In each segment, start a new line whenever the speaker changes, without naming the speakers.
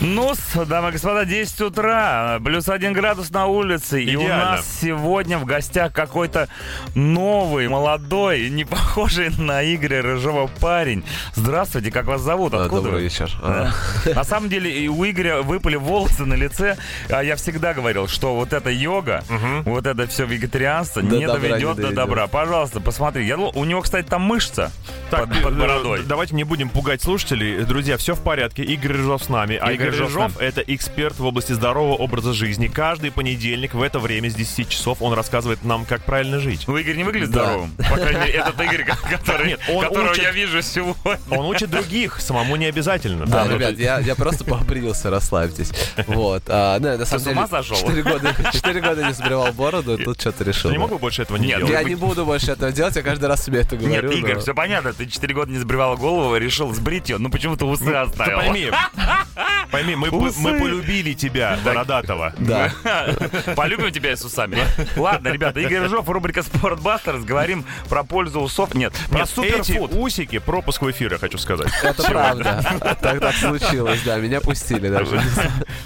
Ну, с, дамы и господа, 10 утра, плюс 1 градус на улице, и у
Идеально.
нас сегодня в гостях какой-то новый, молодой, не похожий на Игоря Рыжова парень. Здравствуйте, как вас зовут?
Да,
Откуда
Добрый
вы?
вечер.
Да. На самом деле и у Игоря выпали волосы на лице. А Я всегда говорил, что вот это йога, вот это все вегетарианство
До
не
добра не
доведет до
доведет.
добра. Пожалуйста, посмотри. Я думал, у него, кстати, там мышца
Так,
под, под
э,
бородой.
э, Давайте не будем пугать слушателей. Друзья, все в порядке. Игорь Рыжов с нами. А
Игорь
Игорь
Рыжов с
Рыжов — это эксперт в области здорового образа жизни. Каждый понедельник в это время с 10 часов он рассказывает нам, как правильно жить.
Ну, Игорь не выглядит
Да.
здоровым. По крайней мере, этот Игорь, ко- который,
Нет, он
которого
учит.
я вижу сегодня.
Он учит других, самому не обязательно.
Да,
Ну,
ребят, я, я просто побрился, расслабьтесь. Вот. а, ну, на самом
с
деле,
ума сошел?
4 года, 4 года не сбривал бороду, и тут что-то решил.
Ты не мог бы больше этого не
Нет,
делать?
Я не буду больше этого делать, я каждый раз себе это
Нет,
говорю.
Игорь,
но-
все понятно. Ты 4 года не сбривал голову, решил сбрить ее. Ну, почему-то усы
Ты
оставил.
пойми, пойми, мы, по-
Усы.
мы полюбили тебя, бородатого.
Да.
Полюбим тебя с усами. Ладно, ребята, Игорь Рыжов, рубрика «Спортбастерс». Говорим про пользу усов. Нет, про
Нет, эти
суперфуд.
усики пропуск в эфир, я хочу сказать.
Это правда. Так так случилось, да. Меня пустили даже.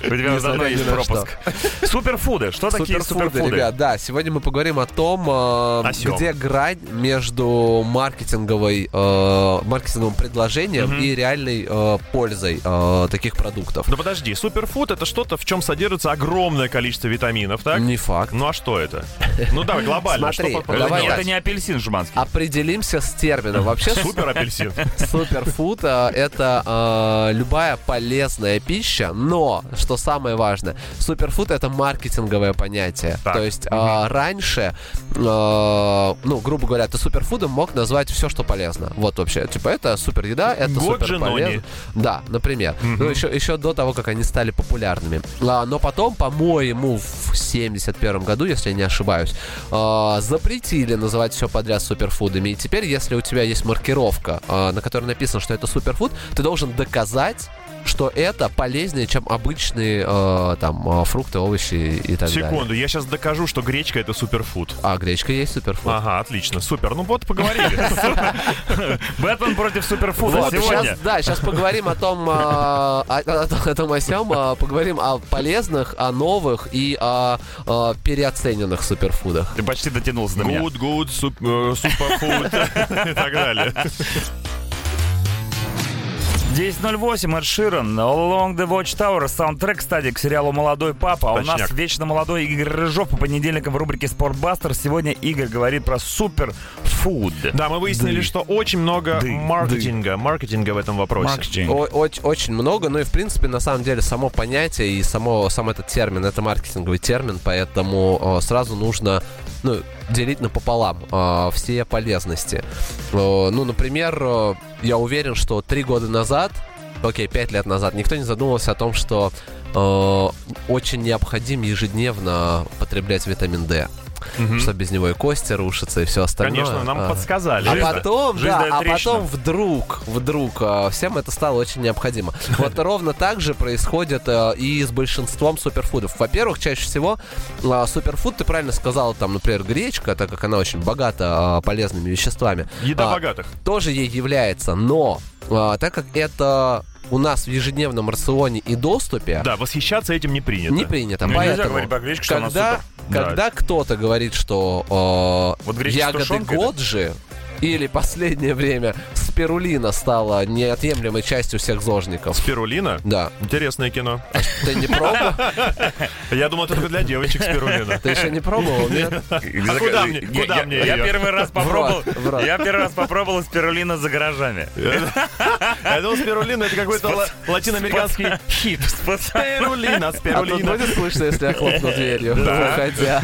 У тебя заодно
Несмотря ни
есть
на что.
пропуск. Суперфуды. Что такие
Суперфуды,
суперфуды?
ребят, да. Сегодня мы поговорим о том, э,
О сём.
где грань между маркетинговой, э, маркетинговым предложением и реальной э, пользой э, таких продуктов.
Но подожди, суперфуд это что-то, в чем содержится огромное количество витаминов, так?
Не факт.
Ну а что это? Ну давай, глобально.
Смотри,
что по-
Это
Давай
не-
так.
Это не апельсин жуманский.
Определимся с термином. Вообще су-
Супер апельсин.
суперфуд э, это э, любая полезная пища, но что самое важное, суперфуд это маркетинговое понятие.
Так.
То есть э, раньше, э, ну грубо говоря, ты суперфудом мог назвать все, что полезно. Вот вообще, типа это супер еда, это
Годжи
супер
Нони.
полезно. Э, Да, например. Ну еще еще до того, как они стали популярными. А, но потом, по-моему, в 71 году, если я не ошибаюсь, э, запретили называть все подряд суперфудами. И теперь, если у тебя есть маркировка, э, на которой написано, что это суперфуд, ты должен доказать, что это полезнее, чем обычные э, там э, фрукты, овощи и так далее.
Секунду, я сейчас докажу, что гречка это суперфуд.
А гречка есть суперфуд.
Ага, отлично, супер. Ну вот, поговорили.
Бэтмен против суперфуда
Вот,
сегодня.
щас- да, сейчас поговорим о том, э, о, о том- о том о сём, э, поговорим о полезных, о новых и о, э, переоцененных суперфудах.
Ты почти дотянулся до меня.
Good, good, суп- э, суперфуд и так далее.
10.08, Эд Ширан, Along the Watchtower, саундтрек, кстати, к сериалу «Молодой папа». А у нас
Точняк.
вечно молодой Игорь Рыжов по понедельникам в рубрике «Спортбастер». Сегодня Игорь говорит про суперфуд.
Да, мы выяснили, что очень много
Ды.
маркетинга, маркетинга в этом вопросе.
Маркетинг.
О- оч- очень много, ну и в принципе, на самом деле, само понятие и само, сам этот термин, это маркетинговый термин, поэтому э, сразу нужно ну, делить напополам э, все полезности. Э, ну, например, э, я уверен, что три года назад, окей, пять лет назад, никто не задумывался о том, что э, очень необходим ежедневно потреблять витамин D. Что без него и кости рушатся, и все остальное.
Конечно, нам
А.
подсказали.
А
Жизнь-
потом,
жизнь
да,
дает
а
трещину.
потом вдруг, вдруг э, всем это стало очень необходимо. Вот ровно так же происходит э, и с большинством суперфудов. Во-первых, чаще всего э, суперфуд, ты правильно сказал, там, например, гречка, так как она очень богата э, полезными веществами.
Еда
а,
богатых.
тоже ей является, но э, так как это у нас в ежедневном рационе и доступе,
Да, восхищаться этим не принято.
не принято.
Ну, нельзя
поэтому,
говорить про гречку, что она
когда,
Да.
когда кто-то говорит, что э,
Вот гречка с
ягоды
тушенкой, да?
Годжи или последнее время спирулина стала неотъемлемой частью всех зожников.
Спирулина?
Да.
Интересное кино.
Ты не пробовал?
Я думал, это только для девочек спирулина.
Ты еще не пробовал? Нет?
А куда мне-
Я-
куда
я-
мне
я
её?
первый раз попробовал.
рот, в рот.
Я первый раз попробовал спирулина за гаражами.
Я думал, спирулина это какой-то ла- латиноамериканский
Хит. С пацан-
Спирулина,
А тут
спирулина.
будет слышно, если я хлопну дверью,
Да.
выходя.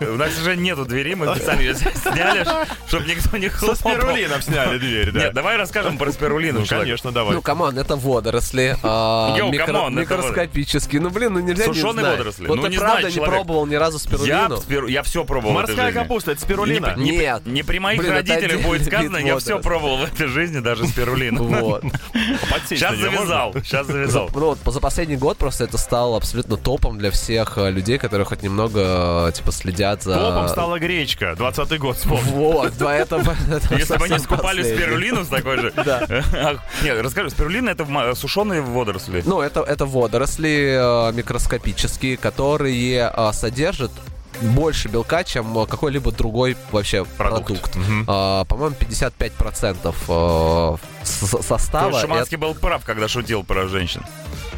У нас уже нету двери, мы сами ее сняли, чтобы никто не
Со
хлопал.
спирулином сняли дверь, да.
Нет, давай расскажем про спирулину.
ну,
человек.
конечно, давай.
Ну, камон, это водоросли. а,
Йоу,
микро-
камон, это
Микроскопические. Ну, блин, ну нельзя не
Сушёные
знать.
водоросли.
Вот
Ну, не
ты
знает
правда не
человек.
пробовал ни разу
Я,
спирулину?
спиру- я все пробовал. в этой
Морская
жизни.
капуста, это
Не,
спирулина.
не-
Нет.
не при моих
Блин, это
родителях
отдельный Ну,
будет
вид
сказано, я все
водоросли.
пробовал в этой жизни, даже спирулину.
Вот.
Подсесть
Сейчас
на неё
завязал, сейчас завязал.
Ну вот за последний год просто это стало абсолютно топом для всех э, людей, которые хоть немного э, типа следят за.
можно? Топом стала гречка, 20-й год вспомнил.
Вот, да, это. это
Если бы они
совсем
скупали
последний.
спирулину с такой же. Да. Нет, расскажи, спирулина это ма- сушеные водоросли.
Ну, это, это водоросли э, микроскопические, которые э, содержат больше белка, чем э, какой-либо другой вообще
Продукт.
продукт.
Мгм.
А, по-моему, 55% э, с-
То
состава...
есть Шуманский был прав, когда шутил про женщин.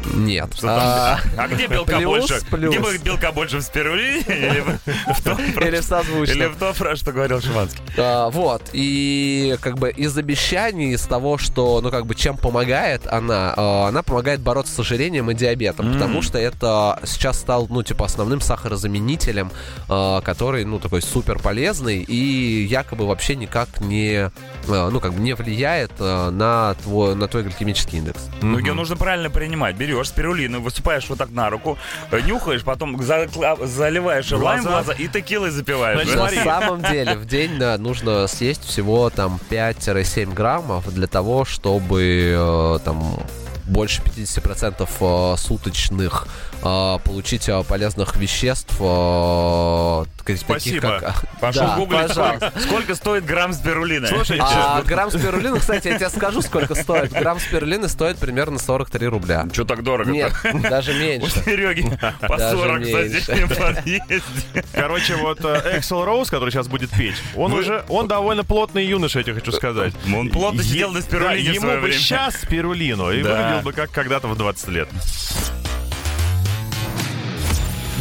это- Нет.
Что там?
А,
А где белка
плюс,
больше?
плюс.
Где бы белка больше в спирулине или в- в том, про-
Или созвучно.
или в том, про что говорил Шуманский?
А, вот, и как бы из обещаний, из того, что, ну, как бы, чем помогает она, а, она помогает бороться с ожирением и диабетом,
М.
потому что это сейчас стал, ну, типа, основным сахарозаменителем, а, который, ну, такой супер полезный и якобы вообще никак не, а, ну, как бы, не влияет а, на твой, на твой гликемический индекс.
Ну, ее
Мгм.
нужно правильно принимать. Берешь спирулину, высыпаешь вот так на руку, э, нюхаешь, потом закла- заливаешь
Глаза.
лайм в глаза и текилой запиваешь.
Значит,
да?
На
смотри.
самом деле в день да, нужно съесть всего там 5-7 граммов для того, чтобы э, там больше 50% э, суточных э, получить э, полезных веществ. э, таких
Спасибо.
как-
Пошел
Да,
гуглить,
пожалуйста.
сколько- сколько стоит грамм спирулины.
Слушай,
А грамм спирулины, кстати, я тебе скажу, сколько стоит. Грамм спирулины стоит примерно 43 рубля.
что так дорого?
Нет, даже
У
меньше.
Сереги по
Даже
40 в
меньше.
соседнем подъезде.
Короче, вот э, Эксел Роуз, который сейчас будет петь, он
Вы-
уже, он довольно плотный юноша, я тебе хочу сказать.
Он плотно
Е-
сидел на спирулине
да,
в
ему
свое
бы
время.
сейчас спирулину, и
Да.
выглядел бы как когда-то в 20 лет.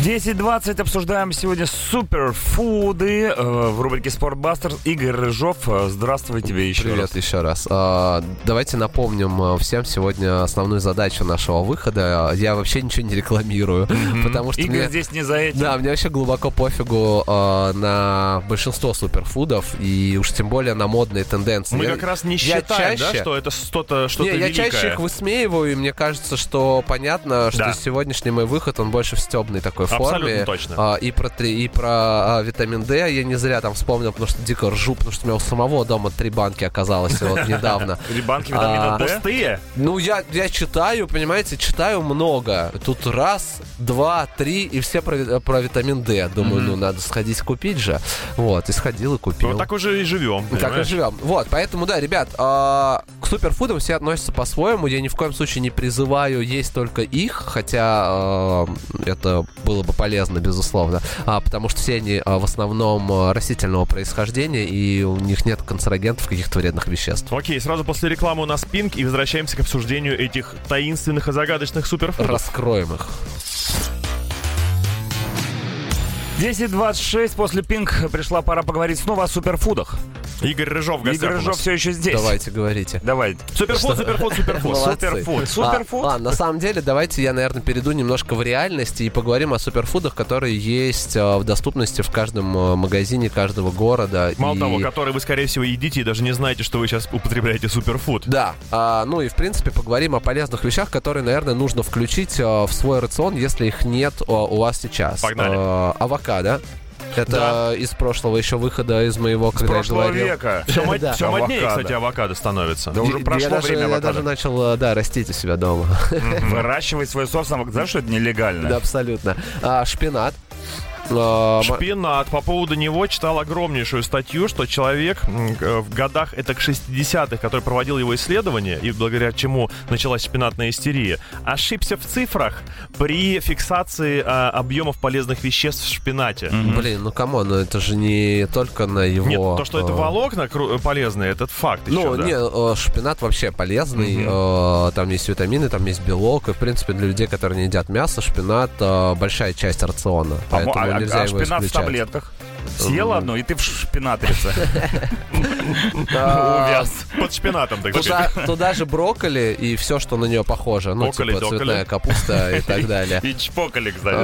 10.20 обсуждаем сегодня суперфуды э, в рубрике «Спортбастер». Игорь Рыжов, э, здравствуй тебе еще
Привет
раз.
еще раз. А, Давайте напомним а, всем сегодня основную задачу нашего выхода. Я вообще ничего не рекламирую, потому что
Игорь
мне...
здесь не за этим.
Да, мне вообще глубоко пофигу а, на большинство суперфудов и уж тем более на модные тенденции.
Мы
Я-
как раз не
я
считаем, да,
чаще-
что это что-то что
не, я чаще их высмеиваю, и мне кажется, что понятно, что
Да.
сегодняшний мой выход, он больше в стебной такой
Абсолютно
форме.
точно.
А, и про, три- и про а, витамин D я не зря там вспомнил, потому что дико ржу, потому что у меня у самого дома три банки оказалось вот недавно.
Или банки витамина
А,
D.
Пустые?
Ну, я, я читаю, понимаете, читаю много. Тут раз, два, три, и все про, ви- про витамин D. Думаю, ну, надо сходить купить же. Вот, и сходил и купил.
Вот Ну, так уже и живем.
Как и
понимаешь?
живем. Вот, поэтому, да, ребят, а, к суперфудам все относятся по-своему. Я ни в коем случае не призываю есть только их, хотя а, это было бы полезно, безусловно. А, потому что все они а, в основном а, растительного происхождения, и у них нет канцерогентов, каких-то вредных веществ.
Окей, сразу после рекламы у нас пинг, и возвращаемся к обсуждению этих таинственных и загадочных суперфудов.
Раскроем их.
10.26 после пинг пришла пора поговорить снова о суперфудах.
Игорь Рыжов в гостях
Игорь
у нас.
Рыжов все еще здесь.
Давайте, говорите.
Давай.
Суперфуд, суперфуд, суперфуд.
Молодцы.
Суперфуд. Суперфуд.
А, ладно, на самом деле, давайте я, наверное, перейду немножко в реальность и поговорим о суперфудах, которые есть э, в доступности в каждом э, магазине каждого города.
Мало
И-
того, который вы, скорее всего, едите и даже не знаете, что вы сейчас употребляете суперфуд.
Да, а, ну и в принципе поговорим о полезных вещах, которые, наверное, нужно включить а, в свой рацион, если их нет а, у вас сейчас.
Погнали.
А, авокадо. Это
Да.
из прошлого еще выхода из моего,
С
когда я
прошлого
говорил.
века.
Все,
Да.
моднее,
Авокадо.
кстати, авокадо становится.
Да уже
Я
прошло
даже-
время
я
авокадо.
даже начал, а, да, растить у себя дома.
Выращивать свой собственный авокадо. Знаешь, что это нелегально?
Да, абсолютно. А, шпинат. А, м-
Шпинат. По поводу него читал огромнейшую статью, что человек м, э, в годах, это к 60-х, который проводил его исследование, и благодаря чему началась шпинатная истерия, ошибся в цифрах при фиксации а, объемов полезных веществ в шпинате.
Блин, ну камон, ну это же не только на его...
Нет, то, что это
э,
волокна кру- полезные, этот факт еще,
Ну,
да.
не, э, шпинат вообще полезный. э, Там есть витамины, там есть белок. И, в принципе, для людей, которые не едят мясо, шпинат э, большая часть рациона.
А, мо-
Поэтому
а- а-
нельзя
а
его
шпинат в
исключать.
таблетках? Съела одну, и ты в шпинатрице.
Да.
Увяз.
Под шпинатом, так сказать.
Туда, туда же брокколи и все, что на нее похоже. Ну,
Околи,
типа
доколи.
цветная капуста и так далее.
И чпокали, кстати.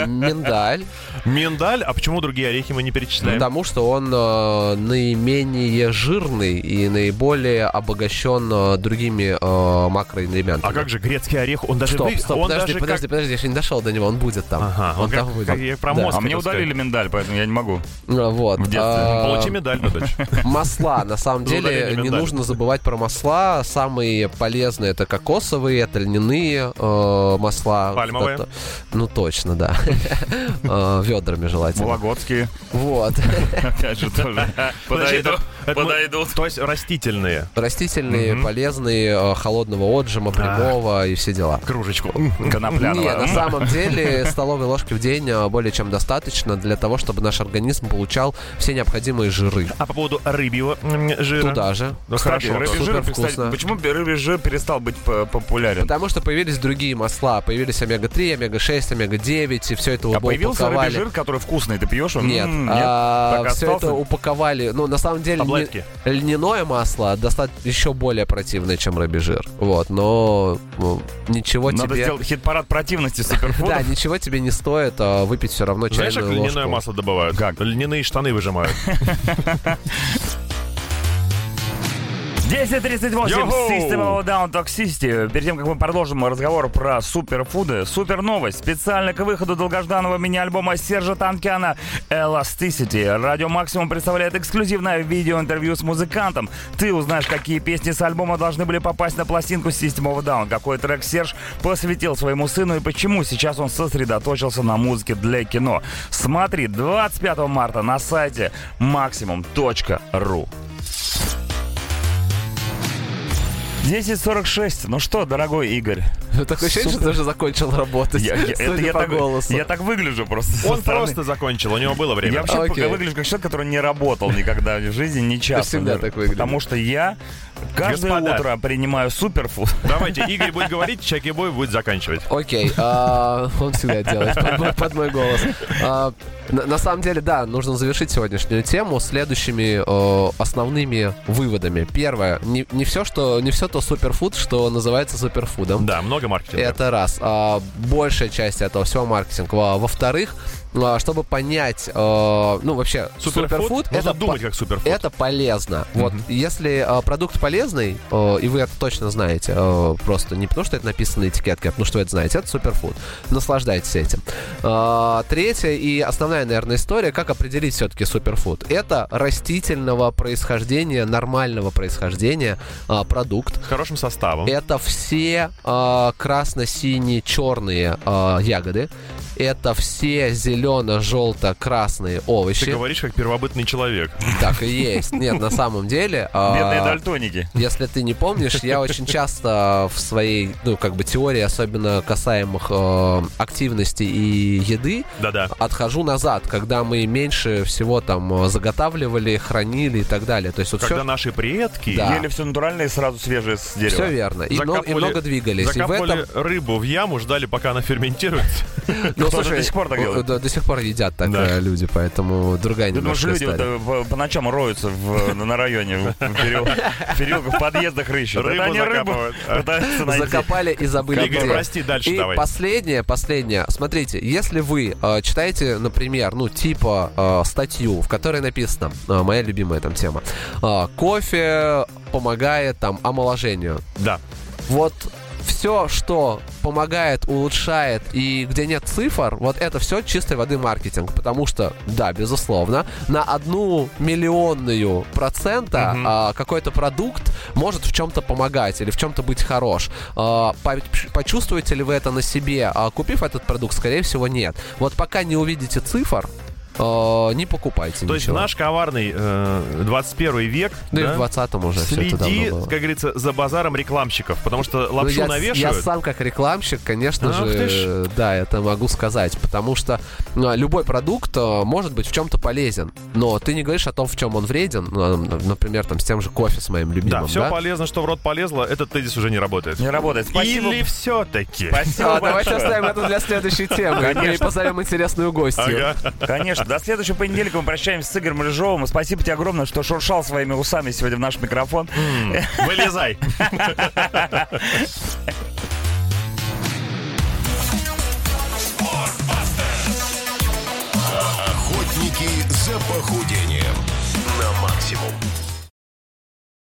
Э, Миндаль,
Миндаль, а почему другие орехи мы не перечисляем?
потому что он э, наименее жирный и наиболее обогащен э, другими э, макроэлементами.
А как же грецкий орех? Он даже...
Стоп,
вы-
стоп,
он
подожди,
даже
подожди,
как-
подожди, я еще не дошел до него, он будет там.
Ага, он
он
как,
там будет.
как я про
Да.
мозг
А мне
хотел сказать.
ударили миндаль, поэтому я не могу.
Ну, Вот.
В детстве.
А,
Получи медаль, дочь.
Масла. На самом
Ну, ударение
деле не
миндалем.
нужно забывать про масла. Самые полезные это кокосовые, это льняные э, масла.
Пальмовые.
Это- Ну точно, да. Э, Ведрами желательно.
Вологодские.
Вот.
Опять же тоже.
Подожди,
Подойду.
это Это мы-
подойдут.
То есть растительные.
Растительные,
Мгм.
полезные, э, холодного отжима, прямого и все дела.
Кружечку.
Конопляного.
Не, на самом деле столовой ложки в день э, более чем достаточно для того, чтобы наш организм получал все необходимые жиры.
А по поводу рыбьего м, жира?
Туда же.
Ну,
Кстати,
хорошо.
рыбий жир,
Супервкусно.
кстати, почему рыбий жир перестал быть п- популярен?
Потому что появились другие масла. Появились омега-3, омега-6, омега-9, и все это
А появился рыбий
упаковали.
жир, который вкусный, ты пьешь? он,
Нет,
м, так и
все это
остался?
упаковали. Ну, на самом деле, не-
Таблетки.
льняное масло достаточно еще более противное, чем рыбий жир. Вот, но ну, ничего
Надо
тебе...
сделать хит-парад противности
Ну Да,
суперфудов.
ничего тебе не стоит а, выпить все равно
Знаешь, как
чайную
льняное
ложку.
масло добывают?
Как?
Льняные штаны выжимают.
10.38,
Йоу!
System of a Down Toxicity. Перед тем, как мы продолжим разговор про суперфуды, супер новость. Специально к выходу долгожданного мини-альбома Сержа Танкяна Elasticity. Радио Максимум представляет эксклюзивное видеоинтервью с музыкантом. Ты узнаешь, какие песни с альбома должны были попасть на пластинку System of a Down, какой трек Серж посвятил своему сыну и почему сейчас он сосредоточился на музыке для кино. Смотри 25 марта на сайте maximum.ru. 10.46. Ну что, дорогой Игорь?
Такое ощущение, что ты уже закончил работать,
это
судя по
так,
голосу.
я так выгляжу просто. со
Он
стороны.
просто закончил, у него было
Я
время.
вообще
Окей.
пока выгляжу как человек, который не работал никогда в жизни, ни часа.
всегда
даже.
так выглядишь.
Потому что я каждое
Господа.
утро принимаю суперфуд.
Давайте, Игорь будет говорить, Чаки Бой будет заканчивать.
Окей, а, он всегда делает под мой, под мой голос. А, на, на самом деле, да, нужно завершить сегодняшнюю тему следующими э, основными выводами. Первое, не, не все, что не все то суперфуд, что называется суперфудом.
Да, много маркетинга.
Это раз. А, большая часть этого всего маркетинг. Во- Во-вторых, а, чтобы понять, э, ну вообще суперфуд,
Нужно
это
думать
по-
как суперфуд.
это полезно. Вот если э, продукт полезный, э, и вы это точно знаете, э, просто не потому, что это написано на этикетке, а потому что вы это знаете, это суперфуд. Наслаждайтесь этим. Э, третья и основная, наверное, история, как определить все-таки суперфуд. Это растительного происхождения, нормального происхождения э, продукт.
С хорошим составом.
Это все э, красно-синие, черные э, ягоды. Это все зелено-желто-красные
Ты
овощи.
говоришь как первобытный человек.
Так и есть. Нет, на самом деле. а,
Бедные дальтоники.
Если ты не помнишь, я очень часто в своей, ну, как бы теории, особенно касаемых э, активности и еды,
Да-да.
отхожу назад, когда мы меньше всего там э, заготавливали, хранили и так далее. То есть вот
Когда
все,
наши предки
Да.
Ели все натуральное и сразу свежее с дерева.
А. верно. И, мно- и
закапывали-
много двигались. И в
закапывали
этом
рыбу в яму, ждали, пока она ферментируется.
Ну,
Кто-то до сих пор так
э,
делает.
да, до сих пор едят так
Да.
э, люди, поэтому другая
Ты думаешь, люди
немножко
вот,
история.
э, по, по ночам роются в- на районе, в переул- в переулках, в подъездах рыщут. Это
Рыбу
они рыбу
закапывают.
пытаются найти.
Закопали и забыли
Игорь,
где.
прости, дальше
и
давай.
последнее, последнее. Смотрите, если вы э, читаете, например, ну, типа э, статью, в которой написано, э, моя любимая там тема, э, кофе помогает там омоложению.
Да.
Вот все, что помогает, улучшает и где нет цифр, вот это все чистой воды маркетинг. Потому что, да, безусловно, на одну миллионную процента
Мгм.
а, какой-то продукт может в чем-то помогать или в чем-то быть хорош. А, по- почувствуете ли вы это на себе, а, купив этот продукт? Скорее всего, нет. Вот пока не увидите цифр, а, не покупайте
То есть
ничего.
наш коварный э, 21 век...
Ну и
да,
в 20-м уже все это
Следи,
давно было.
как говорится, за базаром рекламщиков, потому что
Ну,
лапшу
я, я
навешивают.
сам как рекламщик, конечно
Ах ты
же,
ж.
да, это могу сказать, потому что ну, а, любой продукт э, может быть в чем-то полезен, но ты не говоришь о том, в чем он вреден, ну, а, н- например, там с тем же кофе с моим любимым,
Да,
да?
все полезно, что в рот полезло, этот тезис уже не работает.
Не работает. Спасибо.
Или все-таки.
Спасибо
А, давайте
большое.
оставим это для следующей темы и
Конечно.
позовем интересную гостью.
Ага.
Конечно. До следующего понедельника мы прощаемся с Игорем Рыжовым. И Спасибо тебе огромное, что шуршал своими усами сегодня в наш микрофон.
Вылезай.
Охотники за похудением на максимум.